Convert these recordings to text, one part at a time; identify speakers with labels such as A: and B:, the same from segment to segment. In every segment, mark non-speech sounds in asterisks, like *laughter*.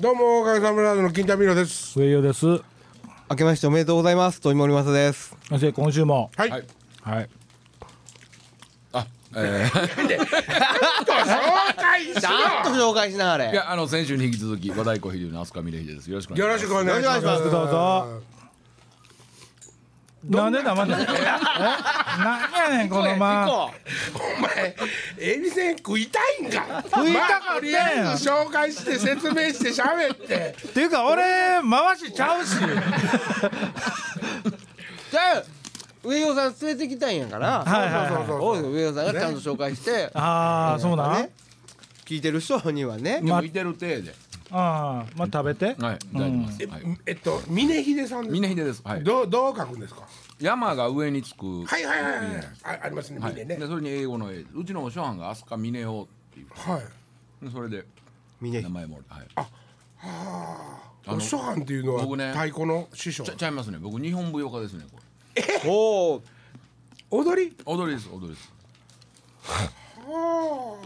A: どうもおかげさまラジオの金田美ロです
B: 末代です
C: 明けましておめでとうございます。富森正です。
B: 先生今週も
A: はい、
D: はい
B: はい
D: あ、えー、
A: 紹介し
C: ちゃんと紹介しなあ
D: い
C: れ。
D: やあの先週に引き続き和太鼓飛龍の飛鳥美玲秀です。よろしくお
A: よ
D: 願
A: ろ
D: いし
A: し
D: ます。
A: くお願いします
C: よろしく
B: どうぞなんで黙ってんのえなんやねんこのま
A: お前エビせん食いたいんか
B: 食いたか
A: と
B: ったんや
A: りあえず紹介して説明して喋って
B: っていうか俺回しちゃうし
C: じゃあ上尾さん連れてきたんやから。
B: はいはいはい
A: そうそう
C: おう上尾さんがちゃんと紹介して。
B: ああそうなん、
C: ね。聞いてる人にはね。
D: 今いてる体で。
B: ああまあ食べて
D: はい、いただきます。はい。
A: えっと峰秀さんです
D: 峰秀です。はい。
A: どうどう書くんですか
D: 山が上につく。
A: はいはいはいはいあありますね
D: はい。
A: 峰
D: で
A: ね
D: それに英語の英、うちのお師匠はんが飛鳥峰をっていう。
A: はい
D: でそれで
C: 見ね
D: 名。前もはい。あの
A: お師匠飯っていうのは
D: 僕ね
A: 太鼓の師匠
D: ちゃちゃいますね。僕日本舞踊家ですね。こ
C: おお。
A: 踊り
D: れ踊りです踊りです。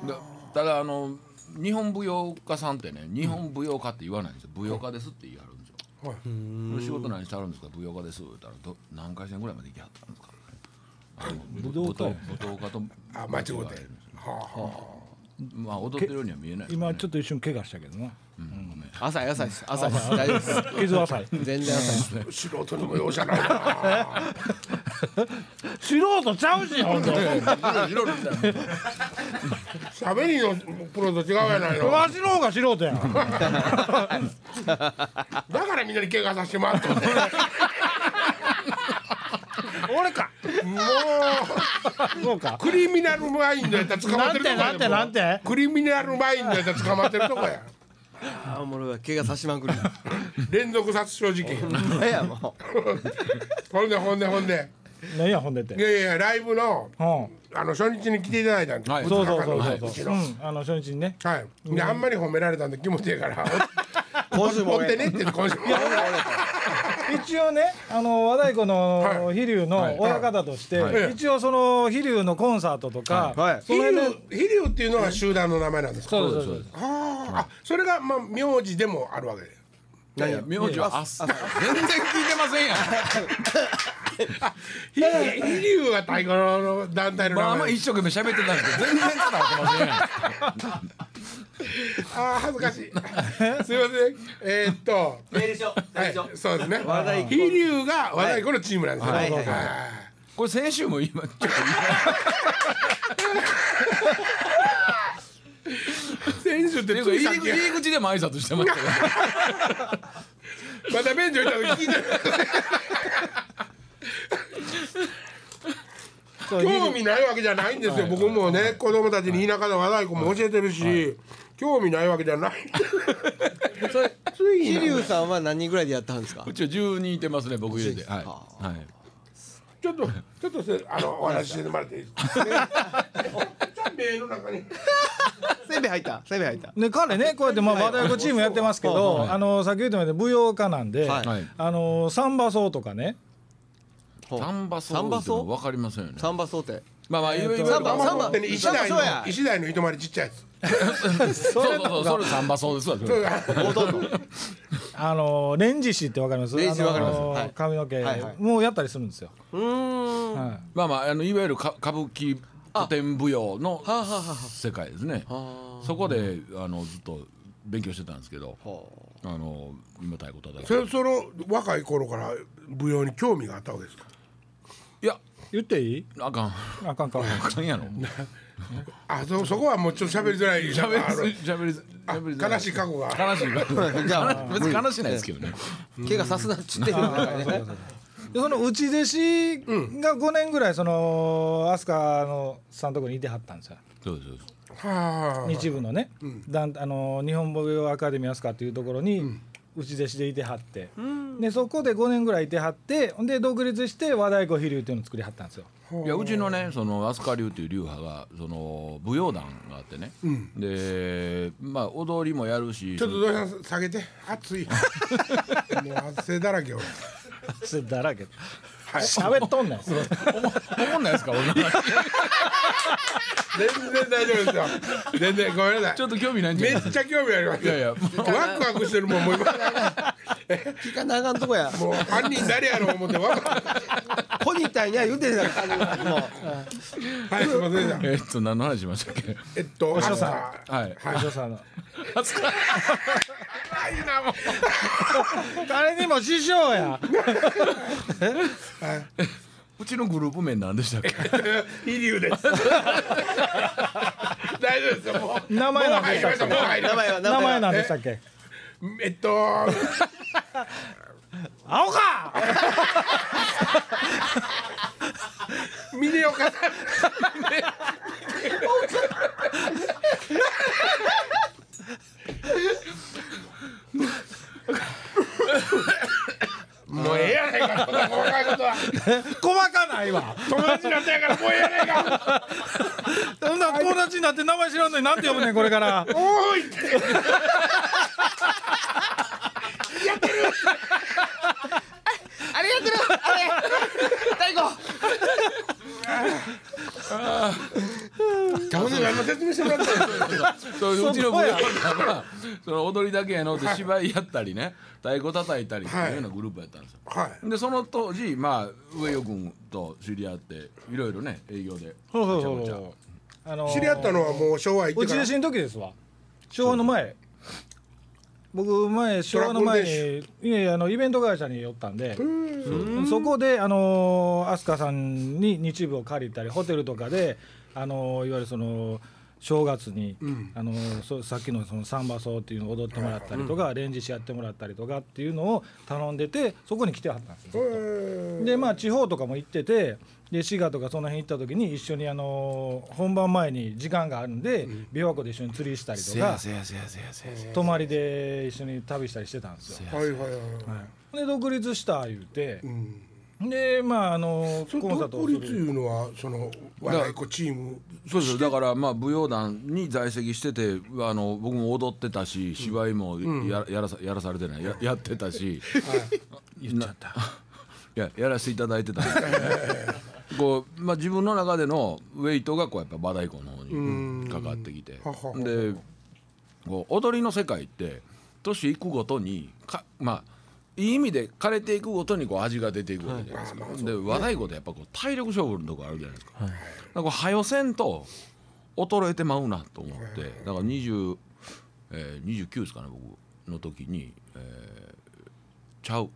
D: だただあの日本舞踊家さんってね日本舞踊家って言わないんですよ。舞踊家ですって言い張るんですよ。
A: はい
D: これ仕事何してあるんですか舞踊家ですって言ったらど何回戦ぐらいまで行きはったんですかあの武道家武道家と
A: あ間違うてはあは
D: まあ踊ってるようには見えないですね、
B: 今ちょっと一瞬怪我したけどな
C: 朝朝です。朝です。大丈夫です。
B: 傷浅い
C: 全然朝です。
A: あ素人にも容赦ないな
B: 素人ちゃうしほんと
D: いろいろ見たら
A: 喋りのプロと違うやないの
B: わしの方が素人や
A: だ
B: ん
A: からみんなに怪我させてもらったんだよ俺かも
B: そうか
A: うクリミナルマインドやったら捕まってるとこや
B: なんてなんて
A: もう
B: なんて
A: クリミナルマインドやったら捕まってるとこや
C: ああもう俺は怪我さしま *laughs* くる。
A: 連続殺傷事件
C: いやもう。
A: ほんでほんでほんで
B: 何やほんでって
A: いやいやライブの
B: うん
A: あの初日に来ていただいたんです、
D: はい
B: そうそうそう
A: はい
B: そう
A: ち
B: そう、
A: の
B: うん、あの初日にね
A: はいであんまり褒められたんで気持ちいいから
C: 今週
A: 持
C: も
A: ってねって言って今週も
B: 一応ねあの和太鼓の
A: はい
B: 飛龍の親方として、
D: はい
A: はい
B: 一応その飛龍のコンサートとか、
C: はい
B: そ
A: 飛
B: の
A: 龍
B: 辺で
A: 飛龍っていうのは集団の名前なんですか
B: そうそうそうそう
A: あーあそれがまあ名字でもあるわけで
D: いや名字はあっさ全然聞いて
A: *laughs*
D: ませんやん
A: 飛龍は太鼓の団体の
D: まあ
A: 名
D: まあ
A: 前
D: 一生懸命喋ってたんですけど全然伝わってませんやん
A: あー恥ずかしいすいませんえーっと
E: メールしよう。メールしよ
A: はい、そうですね
C: 和太鼓
A: 飛龍が和太鼓のチームなんですよ、
C: はい
A: は
C: はいい
D: これ先週も今ちょっと
A: 選手って
D: 言
A: つ
D: うて
A: い
D: いう
A: さ
D: か
A: っ
D: 入
A: き
D: り入り口でも挨拶してましたけど
A: また便所行った時聞いて
B: そう
A: 興味ないわけじゃないんですよ、僕もね子供たちに田舎の和太鼓も教えてるし、興味ないわけじゃない
C: それ。飛龍さんは何人ぐらいでやったんですか
D: う。ちは10人いてますね僕入れてはい、はい、
A: ちょっとちょっとせあ *laughs* のお話ししてもらっていいですか、ね、目の中に
C: せんべい入った。せんべい入った。
B: で彼ねこうやってまあ和太鼓チームやってますけど、あの先ほど言ったように舞踊家なんで、
C: はい
D: はい
B: あのサンバ奏とかね
C: ほう
D: 丹波
C: 丹波
D: 荘
C: 荘
D: って分かりませんよね
C: サンバ想定。
D: まあまあいろいろ
C: サンバ
A: 玉
C: サン
A: 持っ
C: バ
A: てね石台の
C: サンバそうや
A: 石台の糸まりちっちゃいやつ
D: そうそうそうそれサンバそうですわそれ
C: ほとんど。
B: あのレンジ師ってわかります
C: レンジ師わかります
B: あの
C: はい
B: 髪の毛、
C: はいはい
B: もうやったりするんですよ、
C: うーん。
B: は
D: まあまああのいわゆるか歌舞伎古典舞踊の
C: はあはあはあ
D: 世界ですねそこであのずっと勉強してたんですけどあの今太鼓叩い
A: そ
D: て
A: れその若い頃から舞踊に興味があったわけですか
D: いや
B: い、言っていい
D: あかん
B: あかんかん
D: あかんやろ
A: あそそこはもうちょっと喋りづらい
D: 喋
A: あの
D: りす喋りす喋りす
A: 悲しい過去が
D: 悲しいから
C: じゃ *laughs* あ
D: 別に悲しないですけどね
C: 怪我さすなっちゅってるからね。
B: でその内弟子が5年ぐらいその飛鳥のさんとこにいてはったんですよ
D: そうですそうです
A: はあ
B: 日部のね、団あの日本舞踊アカデミー飛鳥っていうところに内弟子でいてはって、でそこで5年ぐらいいてはってほんで独立して和太鼓飛龍っていうのを作りはったんですよ。
D: いやうちのねその飛鳥流という流派がその舞踊団があってね、でまあ踊りもやるし
A: ちょっとどうしたん下げて暑いもう汗だらけよ
B: それだらけ *laughs* 喋っとんねん
D: おもんないですか俺の話
A: 全然大丈夫ですよ全然ごめんな
D: ち
A: さ
D: ょ
A: い
D: っと興味ないんじ
A: め
D: ゃない
A: っちゃ興味あります
D: いやいや
A: ワクワクしてるもんもう今
C: 聞かなあかんとこや
A: もう犯人誰やろう思ってワクワク
C: ポニータンや言うてるやんもう
A: はいすいませんでした
D: えっと何の話しましたっけ
A: えっと
B: 塩さん
A: 朝
D: はい
B: お嬢さんの
A: はいなもう
B: 誰にも師匠や
D: うちのグループ名何でしたっけ
A: 飛龍です。大丈夫ですよ。もう
B: 名前
A: もう
B: なんで
A: 入
B: し
A: りました。
B: たっ
A: もう入り
C: 名
A: まし
C: 前は
B: け名前なん
C: は
B: でしたっけ
A: た。えっと、
B: 青か
A: 峰岡さん。もうええやないか、こんな細かいことは。
B: 細かな
A: *laughs*
B: いわ
A: 友達になったんやから、もうええやないか。
B: そんな友達になって名前知らんのになんて呼ぶねんこれから
A: おーいって。
C: あれやってるあれ太鼓
A: ほんで何の説明してもらったんですか
D: そういううちの舞踊団はその踊りだけやのって芝居やったりね太鼓叩いたりっていうようなグループやったんですよ、
A: はい。
D: でその当時まあ上与君と知り合っていろいろね営業で
B: そうそう
D: めちゃめちゃ
B: そうあのー
A: 知り合ったのはもう昭和行っ
B: 打
A: て
B: ち
A: から
B: 出し。の時ですわ昭和の前僕前昭和の前に
A: ドラ
B: いやいやあのイベント会社に寄ったんでそうそこであのー飛鳥さんに日部を借りたりホテルとかであのーいわゆるその正月に、あのーそうさっきのそのサンバソーっていうのを踊ってもらったりとか、アレンジしやってもらったりとかっていうのを頼んでてそこに来てはったんですよ。でまあ地方とかも行っててで滋賀とかその辺行った時に一緒にあのー本番前に時間があるんで、琵琶湖で一緒に釣りしたりとか
D: やせやせやせやせ
B: 泊まりで一緒に旅したりしてたんですよ。
A: はいはいはい。
B: で独立した言うて
A: うん。
B: でまああのー
A: そ
B: コンサー
A: の
B: トを
A: 独立
B: する
A: いうのはその和太鼓チーム
D: そうですよだからまあ舞踊団に在籍しててあの僕も踊ってたし芝居もや,、やらさやらされてないややってたし、言っちゃった *laughs* いややらせていただい *laughs* てたんですけどねこうまあ、自分の中でのウェイトがこうやっぱ和太鼓の方にかかってきて
A: ははは
D: でこう踊りの世界って年いくごとにかまあいい意味で枯れていくごとにこう味が出ていくわけじゃないですか、で和太鼓ってやっぱこう体力勝負のとこあるじゃないですか,、なんかこう早せんと衰えてまうなと思ってだから20、えー、29ですかね僕の時に、えーちゃう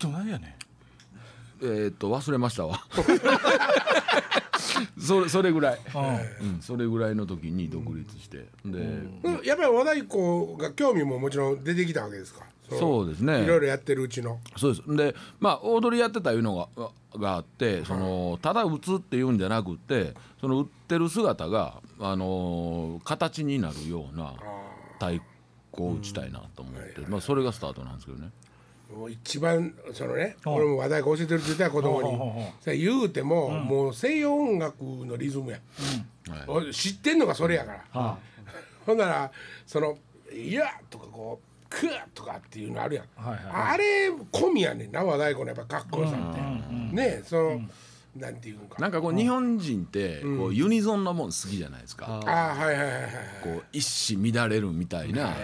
B: どないやねん
D: えーっと忘れまし
A: *laughs*
D: たわそれそれぐらい、うん、それぐらいの時に独立して、で、
A: うんやっぱり和太鼓が興味ももちろん出てきたわけですか
D: そうですね
A: いろいろやってるうちの
D: そうですでまあ踊りやってたいうのががあってそのただ打つっていうんじゃなくてその打ってる姿が、あのー形になるような太鼓を打ちたいなと思って、まあ、それがスタートなんですけどね。
A: もう一番そのね俺も和太鼓教えてるって言ったら子供
B: ほうほうほうほ
A: にそれ言うてももう西洋音楽のリズムや
D: はい
A: 俺知ってんのがそれやから
B: あ
A: ほんならその「いや」とかこう「く」とかっていうのあるやん、
B: はいはい
A: あれ込みやねんな和太鼓のやっぱかっこよさって、ねえその、なんていうんか
D: なんかこう日本人ってこうユニゾンなもん好きじゃないですか、
A: ああはいはいはいはい
D: こう一糸乱れるみたいな、例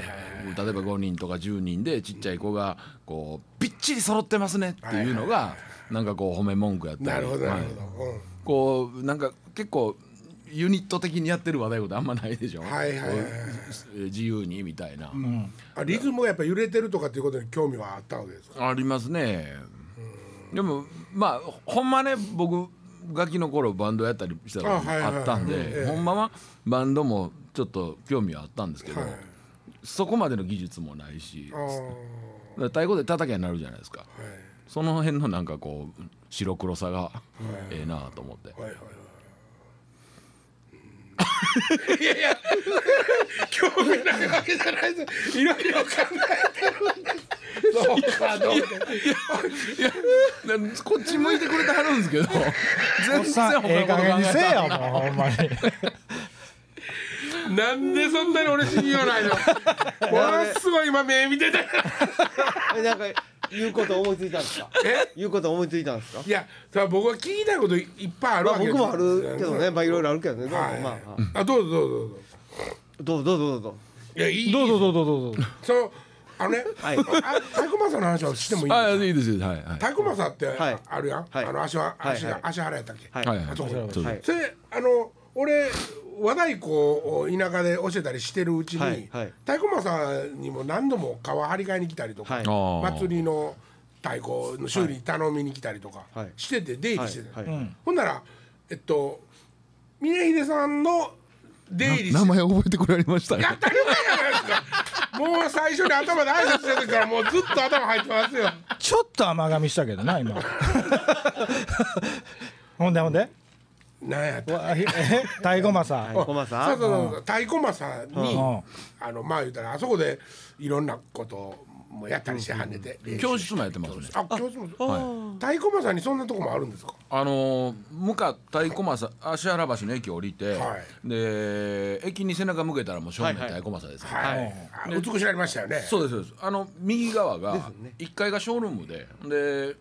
D: えば5人とか10人でちっちゃい子がこうびっちり揃ってますねっていうのがなんかこう褒め文句やったり
A: なるほどなるほ
D: はい
A: ど、うん
D: こうなんか結構ユニット的にやってる話題ことあんまないでしょ、
A: はいはいはいはい
D: こう自由にみたいな、
A: あリズムがやっぱ揺れてるとかっていうことに興味はあったわけですか
D: ありますねでもまあほんまね僕ガキの頃バンドやったりしたこと
A: あはいはいはい
D: あったんで、
A: ええ
D: ほんまはバンドもちょっと興味はあったんですけど、
A: はい
D: そこまでの技術もないし
A: ああ、はい、
D: 太鼓で叩きゃになるじゃないですかその辺のなんかこう白黒さがええなと思って、 *laughs*
A: はいはいはいうんいやいや興味ないわけじゃないですいろいろ考えてるんですそうかどうか
D: なこっち向いてくれてはるんですけど
B: お
D: 全
B: っ
D: 然
B: さんええ加減にせえ
D: た
B: よもうほんまに
A: なんでそん
C: *laughs*
A: なに俺信用ないのものすごい今目見てた
C: えなんか言うこと思いついたんですか
A: え
C: 言うこと思いついたんですか
A: いやさあ僕は聞きたいこといっぱいある
C: まあ
A: わけ
C: 僕もあるけどね
A: は
C: まあいろいろあるけどね
A: い、
C: でもまあはい
A: あどうぞどうぞどうぞ
C: どうぞどうぞどうぞ
A: いやいい
B: どうぞどうぞどうぞ。
A: そうあのね、
C: はい
A: あタコマサの話はしてもいい
D: あいいですよはいはい
A: タコマサって
C: はい
A: あるやん、
C: はい
A: あの足は
C: はい
A: 足が、
C: はい
A: 足払やったっけ、
C: はい
D: はいは
A: あ
D: い
A: そこ
D: そう
C: はい
A: それあの俺和太鼓を田舎で教えたりしてるうちに、
C: はいはい
A: 太鼓マサにも何度も皮張り替えに来たりとか、
C: はい
D: あー
A: 祭りの太鼓の修理頼みに来たりとか
C: はい
A: してて出入りしてた、
C: はい
B: うん
C: はい
A: ほんならえっと峰秀さんの出入りして
D: 名前覚えてこられましたね
A: 当たり前じゃないですかもう最初に頭で挨拶してる時からもうずっと頭入ってますよ
B: ちょっと甘噛みしたけどな *laughs* 今。ほんでほんで。
A: なんやった
B: わえ太鼓マサ。
C: はいコマさ
A: そうそうんそうそう太鼓マサに
B: うん
A: あのまあ言うたらあそこでいろんなこともやったりしてはんねて練習
D: 教室もやってますね
A: あ教室も
D: は
A: 太鼓マサにそんなとこもあるんですか
D: あのー向かった生駒さ芦原橋の駅降りて、
A: は
D: で駅に背中向けたらもう正面
C: はいはい
D: 太鼓正です、
A: はいあ美しなりましたよね
D: そうですそうですあの右側が
C: よね
D: 1階がショールームでで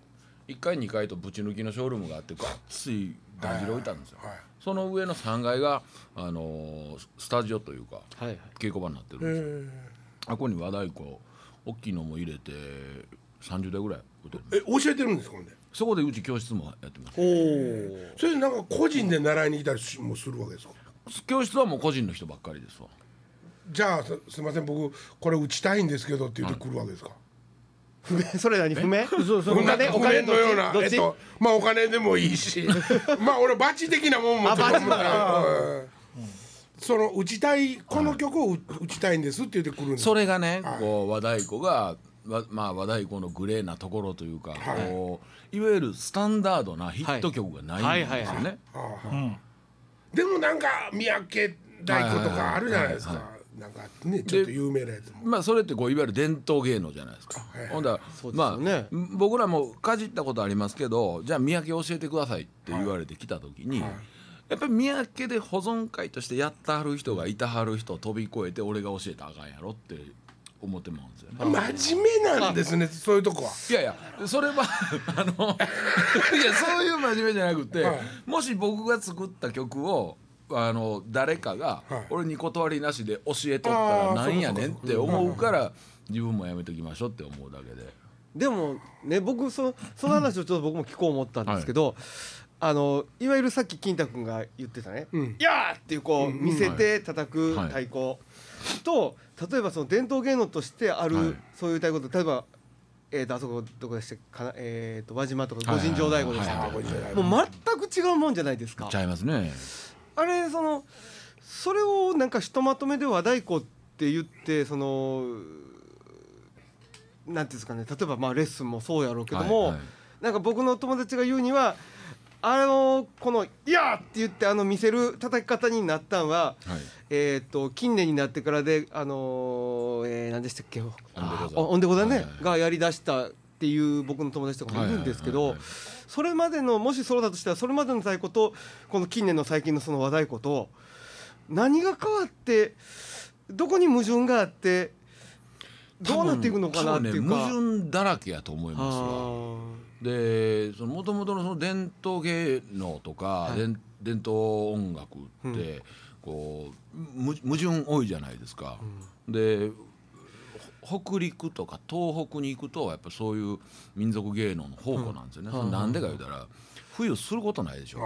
D: 1階2階とぶち抜きのショールームがあってがっついだんじろ置いたんですよ、
A: はいはい
D: その上の3階が、あのースタジオというか
C: はいはい
D: 稽古場になってるんですよ、あここに和太鼓大きいのも入れて30台ぐらい打てる
A: え教えてるんですかほんで
D: そこでうち教室もやってます
C: おー
A: それなんか個人で習いに来たりしもするわけですか
D: 教室はもう個人の人ばっかりですわ
A: じゃあすすいません僕これ打ちたいんですけどって言ってくるわけですか
C: 不明それ何不明
A: お
C: お金お金
A: のような
C: どっ
A: えっ
C: ち
A: とまあお金でもいいしまあ俺バチ的なもんもちょっと思ったらうんその打ちたいこの曲を打打ちたいんですって言ってくるんです
D: それがね、こう和太鼓がわまあ和太鼓のグレーなところというか、
A: はい
D: こういわゆるスタンダードなヒット曲がないんですよ
C: は
D: ね。
C: いはいはいは
A: でもなんか三宅太鼓とかあるじゃないです
D: はい
A: かなんかねちょっと有名なやつも
D: まあそれってこういわゆる伝統芸能じゃないですか。
A: いはい
D: ほんだら、
C: うです
D: まあ
C: よね
D: 僕らもかじったことありますけど、じゃあ三宅教えてくださいって言われてきた時に、やっぱり三宅で保存会としてやったはる人がいたはる人を飛び越えて俺が教えたらあかんやろって思ってまうんですよね。
A: 真面目なんですねそういうとこはい
D: やいやそれは *laughs* あのいやそういう真面目じゃなくて、
A: はい
D: もし僕が作った曲をあの誰かが
A: はい
D: 俺に断りなしで教えとったら
A: あー
D: なんやねんっ
A: そうかそうか
D: て思うから自分もやめときましょうって思うだけで
C: でもね僕そその話をちょっと僕も聞こう思ったんですけど、あのいわゆるさっき金太君が言ってたね「
A: うん
C: やー!」っていうこう見せて叩く
D: はい
C: 太鼓と例えばその伝統芸能としてあ
D: はい
C: るそういう太鼓と例えば、えー、とあそこどこでしたっけかな、えー、と輪島とか
D: は
C: 五
D: いはい
C: 尋
D: はい
C: 城太鼓でしたっけ、
A: あこれじゃない
C: もう全く違うもんじゃないですか
D: ち。ゃいますね
C: あれそのそれをなんかひとまとめで和太鼓って言ってそのなんていうんですかね例えばまあレッスンもそうやろうけども、
D: はいはい
C: なんか僕の友達が言うにはあのこの「いや!」って言ってあの見せる叩き方になったんは、
D: はい
C: えっ、と近年になってからであのえー何でしたっけ
D: あ
C: あオンデコだね、
D: はいはい
C: がやりだしたっていう僕の友達とかもいるんですけど、
D: はいはいはいは
C: それまでのもしそうだとしたらそれまでの太鼓とこの近年の最近のその和太鼓と何が変わってどこに矛盾があってどうなっていくのかなっていう
D: 多
C: か。
D: 分ね矛盾だらけやと思いますわ
C: あ
D: でその元々のその伝統芸能とか、
C: い
D: 伝伝統音楽って、こうむ矛盾多いじゃないですか。でほ北陸とか東北に行くとやっぱそういう民族芸能の宝庫なんですよね。それなんでか言うたら冬することないでしょ。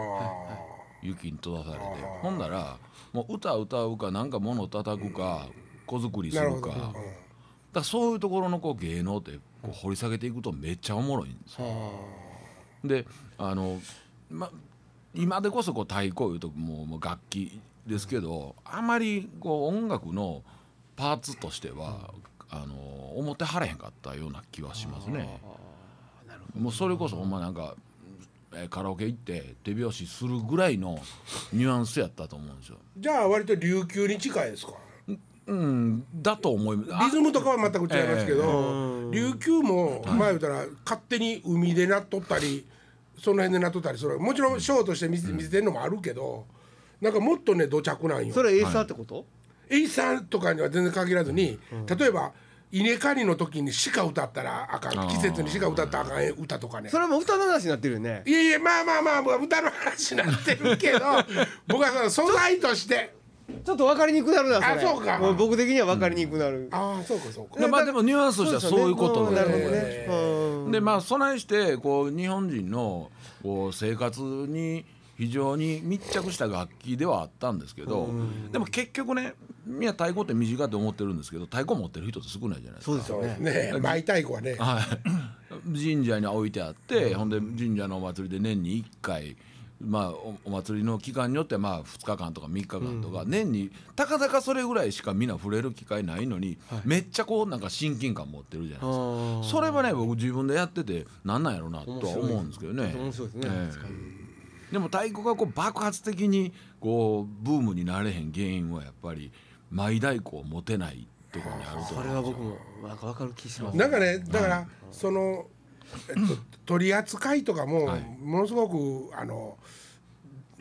D: 雪に閉ざされてほんならもう歌歌うかなんか物叩くか子作りす
A: なる
D: る
A: ほ
D: か
A: ど
D: だからそういうところのこう芸能ってこう掘り下げていくとめっちゃおもろいんですよ
C: ーあ
D: であの、ま、今でこそこう太鼓いうともうもう楽器ですけど、あまりこう音楽のパーツとしては、あの表はれへんかったような気はしますね。もうそれこそほんまなんかえーカラオケ行って手拍子するぐらいのニュアンスやったと思うんですよ。
A: じゃあ割と琉球に近いですか
D: うん、だと思います。あ
A: リズムとかは全く違いますけど、琉球も前言うたら勝手に海でなっとったりその辺でなっとったりそれもちろんショーとして見せ見せてるのもあるけどなんかもっとね土着なんよ
C: それはエイサーってこと、
A: エイサーとかには全然限らずに、例えば稲刈りの時にしか歌ったらあか
D: あ
A: ん
D: ー
A: 季節にしか歌ったらあかん歌とかね
C: それはもう歌の話になってるよね
A: いやいやまあまあまあまあ歌の話になってる *laughs* けど僕はその素材として
C: ちょっと分かりにくくなるなそれ
A: あそうか
C: もう僕的には分かりにくくなる、
A: ああそうかそうか
D: でまあでもニュアンスとしてはそういうこと
C: なるほど
D: で
C: ね、うん
D: でまあ備えしてこう日本人のこう生活に非常に密着した楽器ではあったんですけどでも結局ねみんな太鼓って身近って思ってるんですけど太鼓持ってる人って少ないじゃないです
C: そう
D: か。
C: です
A: そ
C: よ
A: うで
C: ね
A: すね舞太鼓はね
D: はい、 *laughs* 神社に置いてあって、ほんで神社のお祭りで年に1回、まあ、おお祭りの期間によってまあ2日間とか3日間とか、年にたかだかそれぐらいしかみんな触れる機会ないのに、めっちゃこうなんか親近感持ってるじゃないですか。
C: あ
D: それはね僕自分でやっててなんなんやろうなとは思うんですけどね
C: ー面白いですね、
D: ええ
C: 確かに
D: でも太鼓がこう爆発的にこうブームになれへん原因はやっぱり舞太鼓を持てないところにあると
C: そ
D: 思
C: れは僕もなんか分かる気します
A: なんかねだからその、えっと、取り扱いとかも
D: はい
A: ものすごくあの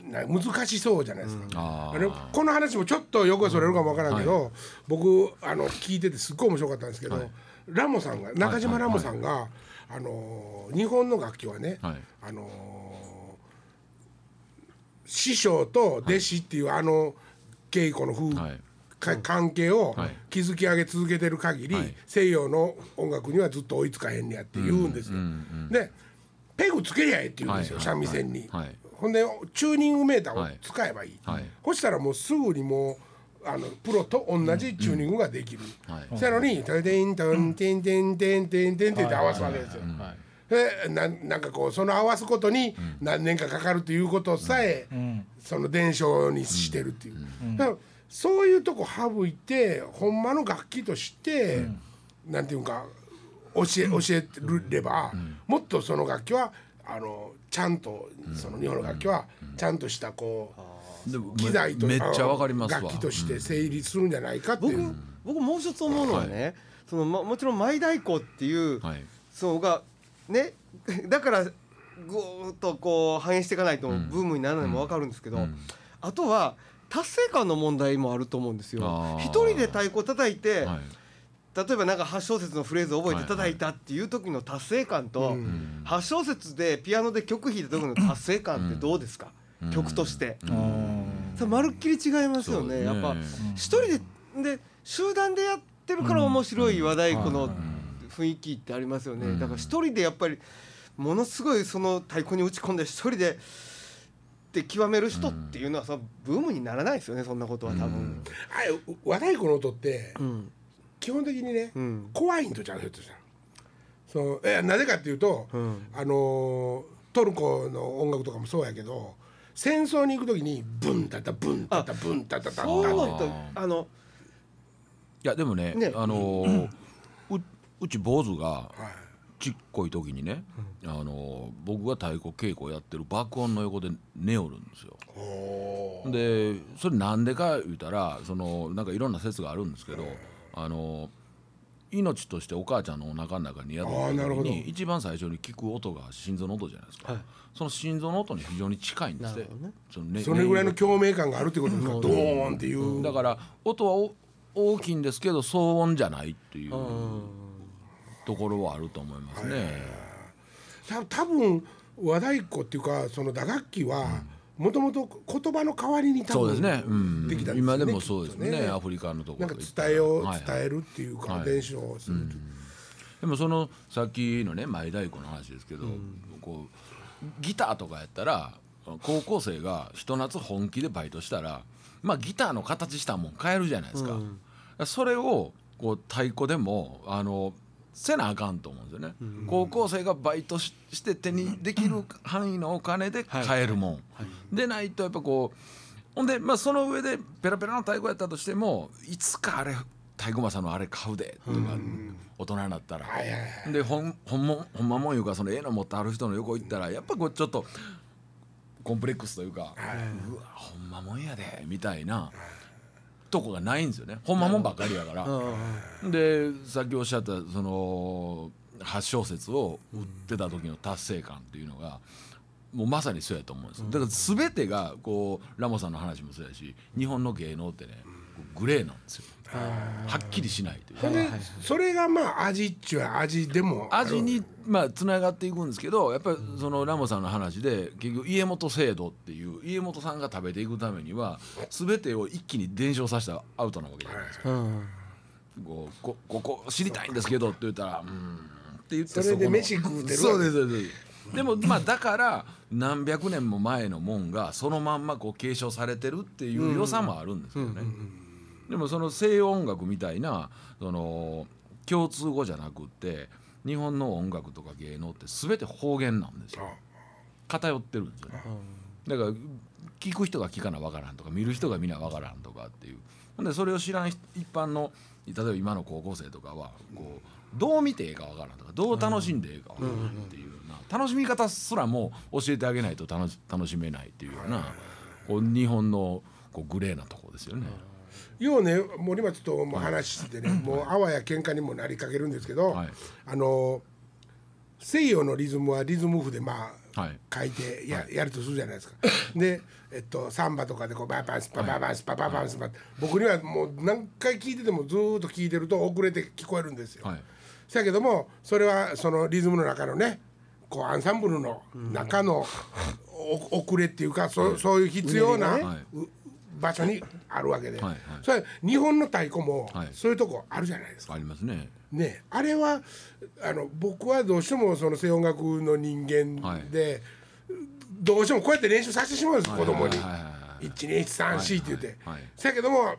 A: な難しそうじゃないですか。
D: あ
A: あ
D: ー
A: のこの話もちょっと横それるかもわからんけど、僕あの聞いててすっごい面白かったんですけど、ラモさんが中島ラモさんが、あの日本の楽器はね、
D: はい
A: あの師匠と弟子っていう、あの稽古の風、
D: はい
A: か関係を
D: はい
A: 築き上げ続けてる限り、
D: はい
A: 西洋の音楽にはずっと追いつかへんねやって言うんですよ。でペグつけりゃええって言うんですよ、
D: はい
A: 三味線に。
D: はい
A: ほんでチューニングメーターを
D: はい
A: 使えばいい、
D: はい
A: そしたらもうすぐにもうあのプロと同じチューニングができる、
D: はい
A: そやのに「タデンタンテンテンテンテンテン」って合わすわけですよ。
B: はい
A: でなんなんかこうその合わすことに何年かかかるということさえ、その伝承にしてるっていう、だからそういうとこ省いてほんまの楽器として、なんていうか教え教えれば、もっとその楽器はあのちゃんとその日本の楽器はちゃんとしたこ
D: で
A: う機材と
D: めっちゃわかりますわ
A: 楽器として成立するんじゃないかってい
C: 僕
A: う、
C: 僕もう一つ思うのはね、そのまもちろん舞太鼓っていう、
D: うんはい
C: そうがね *laughs* だからぐーっとこう反映していかないとブームにならないのも分かるんですけど、
D: うん
C: あとは達成感の問題もあると思うんですよ
D: あ。ー
C: 一人で太鼓叩いて、
D: はい
C: 例えばなんか8小節のフレーズを覚えて叩いたっていう時の達成感と、
A: うん
C: 8小節でピアノで曲弾いた時の達成感ってどうですか、
D: うん
C: 曲として。
B: うん
C: それまるっきり違いますよね
D: そう
C: や
D: ね
C: っぱ一人でで集団でやってるから面白い和太鼓の雰囲気ってありますよね、だから一人でやっぱりものすごいその太鼓に打ち込んで一人でって極める人っていうのはそのブームにならないですよねそんなことは多分。
A: あれ和太鼓の音って
C: うん
A: 基本的にね、
C: うん
A: 怖いんとちゃうひょっとしたらそのえなぜかっていうと、
C: ん
A: あのートルコの音楽とかもそうやけど戦争に行く時にブンタタブンタタブンタタタタ
C: そういう
A: タ
C: のとあの
D: いやでもね
C: ね
D: あのーううち坊主がちっこい時にね、あのー僕が太鼓稽古やってる爆音の横で寝おるんですよ。でそれなんでか言うたらそのなんかいろんな説があるんですけど、あのー命としてお母ちゃんのお腹の中に宿
A: あー
D: っ
A: な
D: た
A: る
D: 時
A: ほど
D: に一番最初に聞く音が心臓の音じゃないですか、
C: はい
D: その心臓の音に非常に近いんです
C: な
D: って
C: るほどね
D: そのね
A: それぐらいの
D: 音
A: 共鳴感があるってことですか、ドーンっていう、
D: だから音はお大きいんですけど騒音じゃないっていうところはあると思いますね。
A: た多分和太鼓っていうかその打楽器はもともと言葉の代わりに多
D: そう
A: 分
D: ですね。うん
A: できたんですよね
D: 今でもそうですね
A: きっと
D: アフリカのとこ
A: な
D: ろ
A: んか
D: で言ったら
A: 伝えを
D: はい
A: 伝えるっていうか、
D: はい
A: 伝承するっていう
D: でもそのさっきのね舞太鼓の話ですけど、こうギターとかやったら高校生がひと夏本気でバイトしたらまあギターの形したもん変えるじゃないですか、それをこう太鼓でもあのせなあかんと思うんですよね、高校生がバイトしして手にできる範囲のお金で買えるもん、でないとやっぱこうほんで、まあ、その上でペラペラの太鼓やったとしてもいつかあれ太鼓正のあれ買うでとか、大人になったら、
A: はいはいはい
D: で本本も本間もんいうかその絵の持ってある人の横行ったらやっぱこうちょっとコンプレックスというか、うわほんまもんやでみたいなとこがないんですよねほんまもんばっかりやから。でさっきおっしゃったその8小節を売ってた時の達成感っていうのが。もうまさにそうやと思うんですよだから全てがこうラモさんの話もそうやし日本の芸能ってねこうグレーなんですよはっきりしないという
A: ほんでそれがまあ味っちゅう味でもある
D: 味にまあつながっていくんですけどやっぱりそのラモさんの話で結局家元制度っていう家元さんが食べていくためには全てを一気に伝承させたらアウトなわけじゃないですか。
C: うん
D: こうこここ知りたいんですけどって言ったら「うーん」って言っ
A: そ
D: て
A: れで
D: この
A: 飯食うてるわけ
D: そうですそうですでもまあだから何百年も前のもんがそのまんまこう継承されてるっていう良さもあるんですよね。でもその西洋音楽みたいなその共通語じゃなくって日本の音楽とか芸能って全て方言なんですよ
A: あ
D: 偏ってるんですよねだから聞く人が聞かなわからんとか見る人が見なわからんとかっていうほんでそれを知らん人一般の例えば今の高校生とかはこうどう見てええかわからんとかどう楽しんでええかわからんっていうような楽しみ方すらも教えてあげないと楽し楽しめないっていうようなこう日本のこうグレーなところですよね。
A: ようね森松とも話しててねもうあわや喧嘩にもなりかけるんですけど、
D: はい
A: あの西洋のリズムはリズム譜でまあ、
D: はい
A: 書いてや,、やるとするじゃないですかで、えっと、サンバとかでこうバーバンスパバーバンスパバーバンスパ僕にはもう何回聞いててもずーっと聞いてると遅れて聞こえるんですよ。
D: はい
A: そやけどもそれはそのリズムの中のねこうアンサンブルの中のお遅れっていうかそうそういう必要な
D: ねは
A: う場所にあるわけで、
D: はいはい
A: それ日本の太鼓も
D: はい
A: そういうとこあるじゃないですか。
D: ありますね。
A: ね、あれはあの僕はどうしてもその西洋音楽の人間で、どうしてもこうやって練習させてしまうんです子供に
D: はいはいはいはい。
A: 123って言って、
D: はいはい
A: そやけども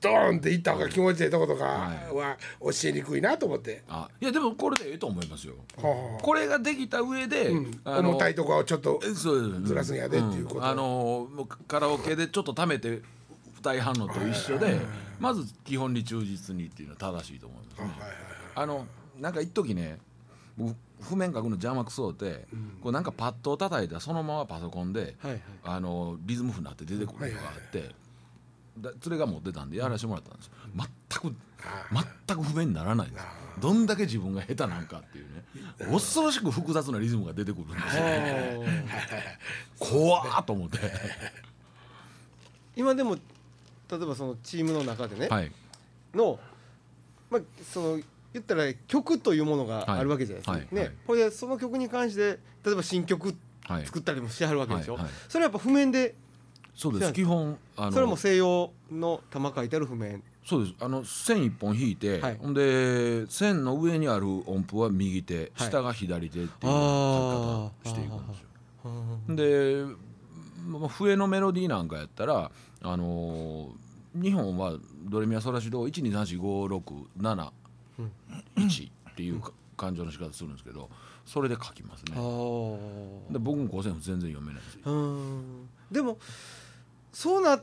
A: ドーンっていった方が気持ちいいとことかは教えにくいなと思って。
D: あいやでもこれでええと思いますよ。
A: はあはあ
D: これができた上で、あの
A: 重たいとこをちょっと
D: えそうです
A: ずらすんやでっていうこと
D: んあのもうカラオケでちょっと溜めて歌い反応と一緒でまず基本に忠実にっていうのは正しいと思いますね。あのなんか一時ね僕譜面書くの邪魔くそうて、こうなんかパッドを叩いたらそのままパソコンで、
C: はいはい
D: あのリズム譜になって出てくるのがあって、だ連れが持ってたんでやらせてもらったんですよ全く全く不便にならないんですどんだけ自分が下手なんかっていうね恐ろしく複雑なリズムが出てくるんですよね怖っと思って
C: 今でも例えばそのチームの中でね、
D: はい
C: の、まあ、その言ったら曲というものが
D: はい
C: あるわけじゃないですか、
D: はい
C: ね
D: はい
C: これでその曲に関して例えば新曲
D: はい
C: 作ったりもしてはるわけでしょ、
D: はいはい
C: それはやっぱ譜面で
D: そうです基本あの
C: それも西洋の玉書いてある譜面
D: そうですあの線一本引いて、
C: はい
D: ほんで線の上にある音符は右手、
C: はい
D: 下が左手っていう書き方をしていくんですよ。でま笛のメロディーなんかやったら、あのー日本はドレミア・ソラシドを12345671っていうか感情の仕方するんですけどそれで書きますね。で僕も五線譜全然読めないんですよ
C: うんでもそうな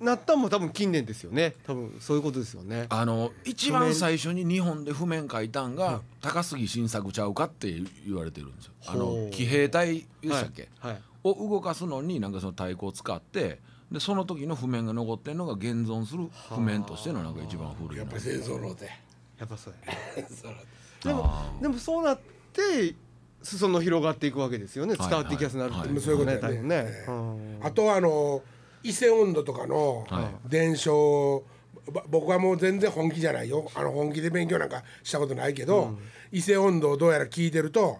C: なったんも多分近年ですよね多分そういうことですよね
D: あの一番最初に日本で譜面書いたんが高杉晋作ちゃうかって言われてるんですよ。あ
C: ほ
D: の
C: う
D: 騎兵隊でしたっけ、
C: はいはい
D: を動かすのになんかその太鼓を使ってでその時の譜面が残ってるのが現存する譜面としてのなんか一番古い
A: や
D: な
A: っぱり勢ぞろで
C: やっぱそうや
A: *laughs*
C: でも
D: あ
C: でもそうなって裾野広がっていくわけですよね
D: は
C: 伝
D: い
C: わっていきやすくなるって
D: はい
A: そういうことやね
C: 大変ね
A: ええ
C: うん
A: あとはあの伊勢音頭とかの
D: は
A: 伝承、ば僕はもう全然本気じゃないよあの本気で勉強なんかしたことないけど、伊勢音頭をどうやら聞いてると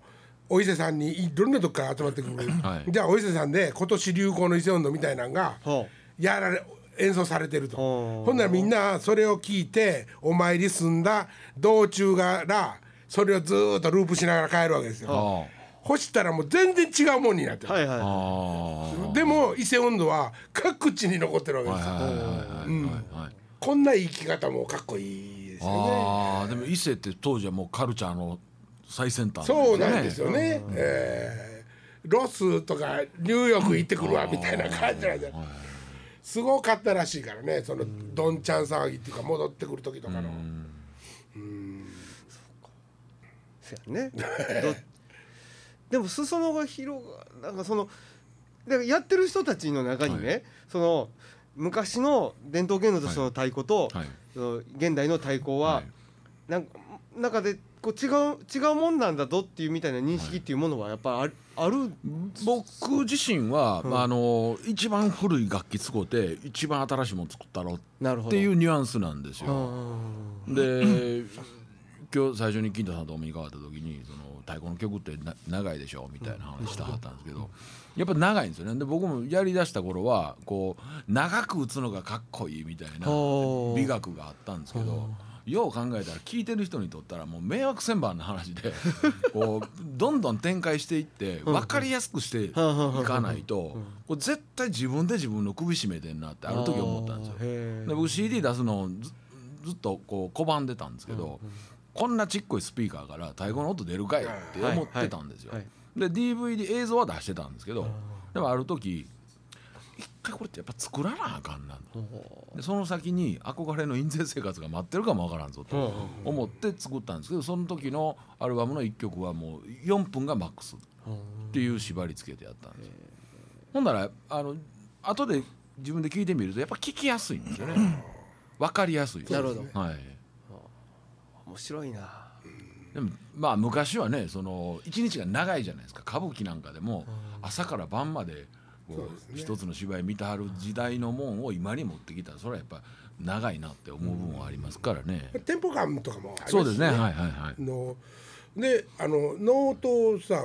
A: お伊勢さんにいろんなとこから集まってくる、
D: はい
A: じゃあお伊勢さんで今年流行の伊勢音頭みたいなのが
C: は
A: やられ演奏されてると
C: ほう
A: ほんならみんなそれを聞いてお参り済んだ道中からそれをずーっとループしながら帰るわけですよ。
D: あ
A: 干したらもう全然違うもんになってる、
C: はいはい
D: ああ
A: でも伊勢音頭は各地に残ってるわけですよ、
D: はいはいはいはいはい
A: こんな生き方もかっこいいですよね
D: ああでも伊勢って当時はもうカルチャーの最先端
A: そうなんです
D: よ
A: よね、えーロスとかニューヨーク行ってくるわみたいな感じなんで、すごかったらしいからねそのどんちゃん騒ぎっていうか戻ってくる時とかの、
C: そうやねどでも裾野が広がなんかそのだからやってる人たちの中にね、
D: は
C: その昔の伝統芸能としての太鼓と、
D: はい
C: その現代の太鼓は、
D: はい
C: なんか中でこう違う違うもんなんだぞっていうみたいな認識っていうものはやっぱある,、ある
D: 僕自身は、まあ、あの一番古い楽器使って一番新しいもの作ったろ
C: なるほど
D: っていうニュアンスなんですよ。
C: あ
D: で今日最初に金太さんとお目にかかった時にその太鼓の曲ってな長いでしょみたいな話してはったんですけどやっぱ長いんですよねで僕もやりだした頃はこう長く打つのがかっこいいみたいな
C: ほう
D: 美学があったんですけど。よう考えたら聞いてる人にとったらもう迷惑千番の話でこうどんどん展開していって分かりやすくしていかないとこれ絶対自分で自分の首絞めてんなってある時思ったんですよ。で
C: よ
D: 僕 CD 出すのをずずっとこう拒んでたんですけど、こんなちっこいスピーカーから太鼓の音出るかいって思ってたんですよ。
C: はいはい
D: で DVD 映像は出してたんですけどでもある時一回これってやっぱ作らなあかんなとでその先に憧れの印税生活が待ってるかもわからんぞと思って作ったんですけどその時のアルバムの1曲はもう4分がマックスっていう縛り付けてやったんですよほんならあの後で自分で聞いてみるとやっぱ聞きやすいんですよね分かりやすい
C: なるほど
D: ど、はい、
C: 面白いな
D: でもまあ昔はねその一日が長いじゃないですか歌舞伎なんかでも朝から晩まで
A: そ
D: こ
A: うです
D: う
A: ね
D: 一つの芝居見てはる時代のもんを今に持ってきたらそれはやっぱ長いなって思う部分はありますからね、
A: テンポ感とかもありますし
D: そうですねはいはいはい
A: のであのノートをさ、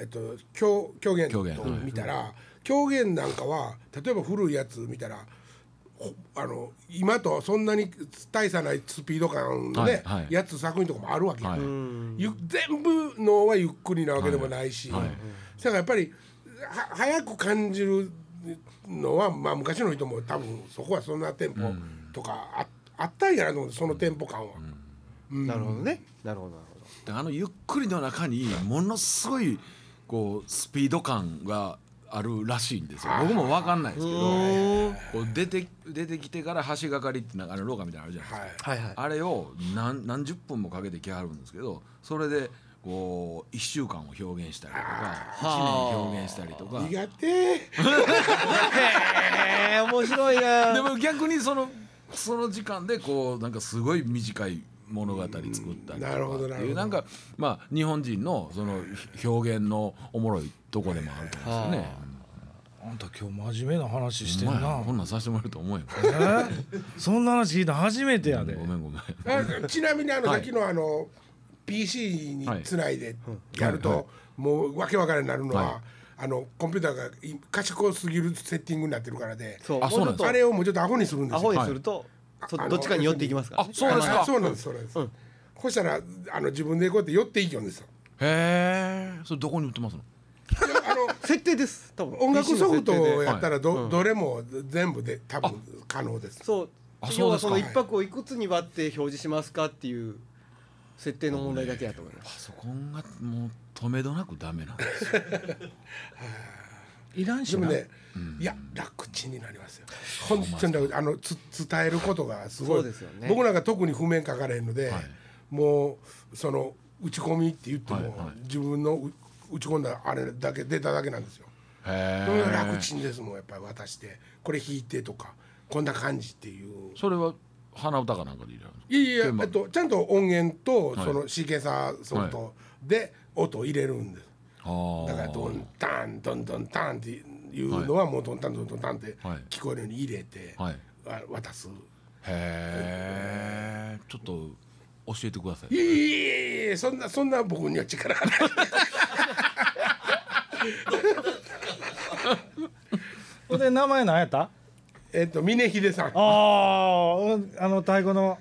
A: えっと、狂狂言
D: 狂
A: と
D: 言はい
A: 見たら、狂言なんかは例えば古いやつ見たらほあの今とそんなに大差ないスピード感のね、
D: はいはい
A: やつ作品とかもあるわけ、
D: はい
A: ゆ全部のはゆっくりなわけでもないし、
D: はいはい
A: だからやっぱりは早く感じるのは、まあ、昔の人も多分そこはそんなテンポとかあ,、あったんやなと思ってそのテンポ感は。
C: なるほどねなるほどなる
D: であのゆっくりの中にものすごいこうスピード感があるらしいんですよ僕も分かんないですけどこう出て出てきてから橋がかりってなんかあの廊下みたいなのあるじゃないですか、
A: はい
C: ほどはいはい
D: あれを何何十分もかけてきはるんですけどそれでこう1週間を表現したりとか1年表現したりとか
A: 苦手
C: へえ面白いな
D: でも逆にそのその時間でこうなんかすごい短い物語作ったりとか
A: なるほど
D: っ
A: な
D: て
A: るほ
D: い
A: ど
D: うなんかまあ日本人のその表現のおもろいとこでもあると思うんですよね。
B: あんた今日真面目な話してん
D: お前
B: な
D: こんなんさせてもらえると思えんか
B: えそんな話聞いたの初めてやで
D: ごめんごめん。
A: あちなみにあの、
D: はい
A: さっきのあの PC につないでやると、
D: はいは
A: もうわけわからんなるのは、
D: はい
A: あのコンピューターがい賢すぎるセッティングになってるからで
C: そう
D: あそうなんです
C: も
A: あ
C: うちょっ
A: れをもうちょっとアホにするんです
C: と
A: よ
C: ア。ホにするとそ
A: あの
C: どっちかに寄っていきますからね
D: そうですか
A: あそうなんですそうなんです。こうしたらあの自分でこうやって寄っていいよんですよ。
D: へえ。それどこに売ってますの？
A: いやあの
C: 設定です多分
A: 音楽ソフトをやった
C: ら
A: らど,、どれも全部で多分可能です。
C: そう
D: あ
C: 要
D: そうで
C: は
D: すか
C: その一泊をいくつに割って表示しますかっていう設定の問題だけやと思いま
D: パ
C: す
D: ソコンがもう止めどなくダメなんですよ。
B: いらん
A: で
B: しな
A: もね、いや楽ちんになりますよ。本当に楽ちんあのつ伝えることがすごい。
C: そうですよね
A: 僕なんか特に譜面書かれへんので、
D: はい
A: もうその打ち込みって言っても、
D: はいはい
A: 自分のう打ち込んだあれだけ出ただけなんですよ。
D: へ
A: それが
D: え。
A: 楽ちんですもんやっぱり渡してこれ弾いてとかこんな感じっていう。
D: それは鼻歌かなんかでいいじゃないですか。
A: いやいや
D: テーマ
A: えっとちゃんと音源と
D: はい
A: そのシーケンサーソフトで音を入れるんです。
D: ああ。
A: だからドンタンドンドンタンっていうのはもうドンタンドンドンタンって
D: はい
A: 聞こえるように入れて、
D: はい
A: あ渡す。
D: へえ。ちょっと教えてくださ
A: い
D: い。
A: やいやいやいやそんなそんな僕には力
D: *laughs*
A: がない。
B: ほんで名前何やった
A: えっと峰秀さん
B: あーうんあの太鼓の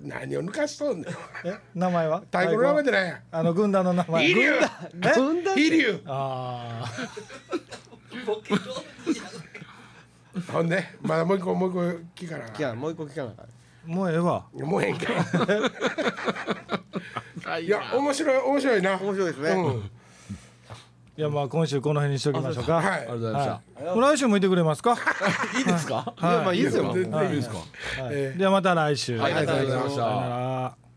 A: 何を抜かしとんねん。
B: え名前は
A: 太鼓の名前でなんや。
B: あの軍団の名前
A: 飛龍
C: 分断
A: 飛龍
B: あ
A: ほんでまだもう一個もう一個聞か
C: い
A: な
C: やもう一個聞かなあかっ
B: あもうええわ
A: もうへん
D: *laughs*
A: か。
D: はい
A: いや面白い面白いな。
C: 面白いですね
A: うん
B: いやまあ今週この辺にしときましょうか
A: はい。
D: ありがとうございました。
B: はい来週もいてくれますか
D: いいですか？
C: たいやまあいいですよ
A: 全然いいですか。
B: はいではまた来週
D: はい、ありがとうござい
A: あ
D: ま
A: りがとうございまし
D: し
A: た
B: さよ
D: た
B: な。ら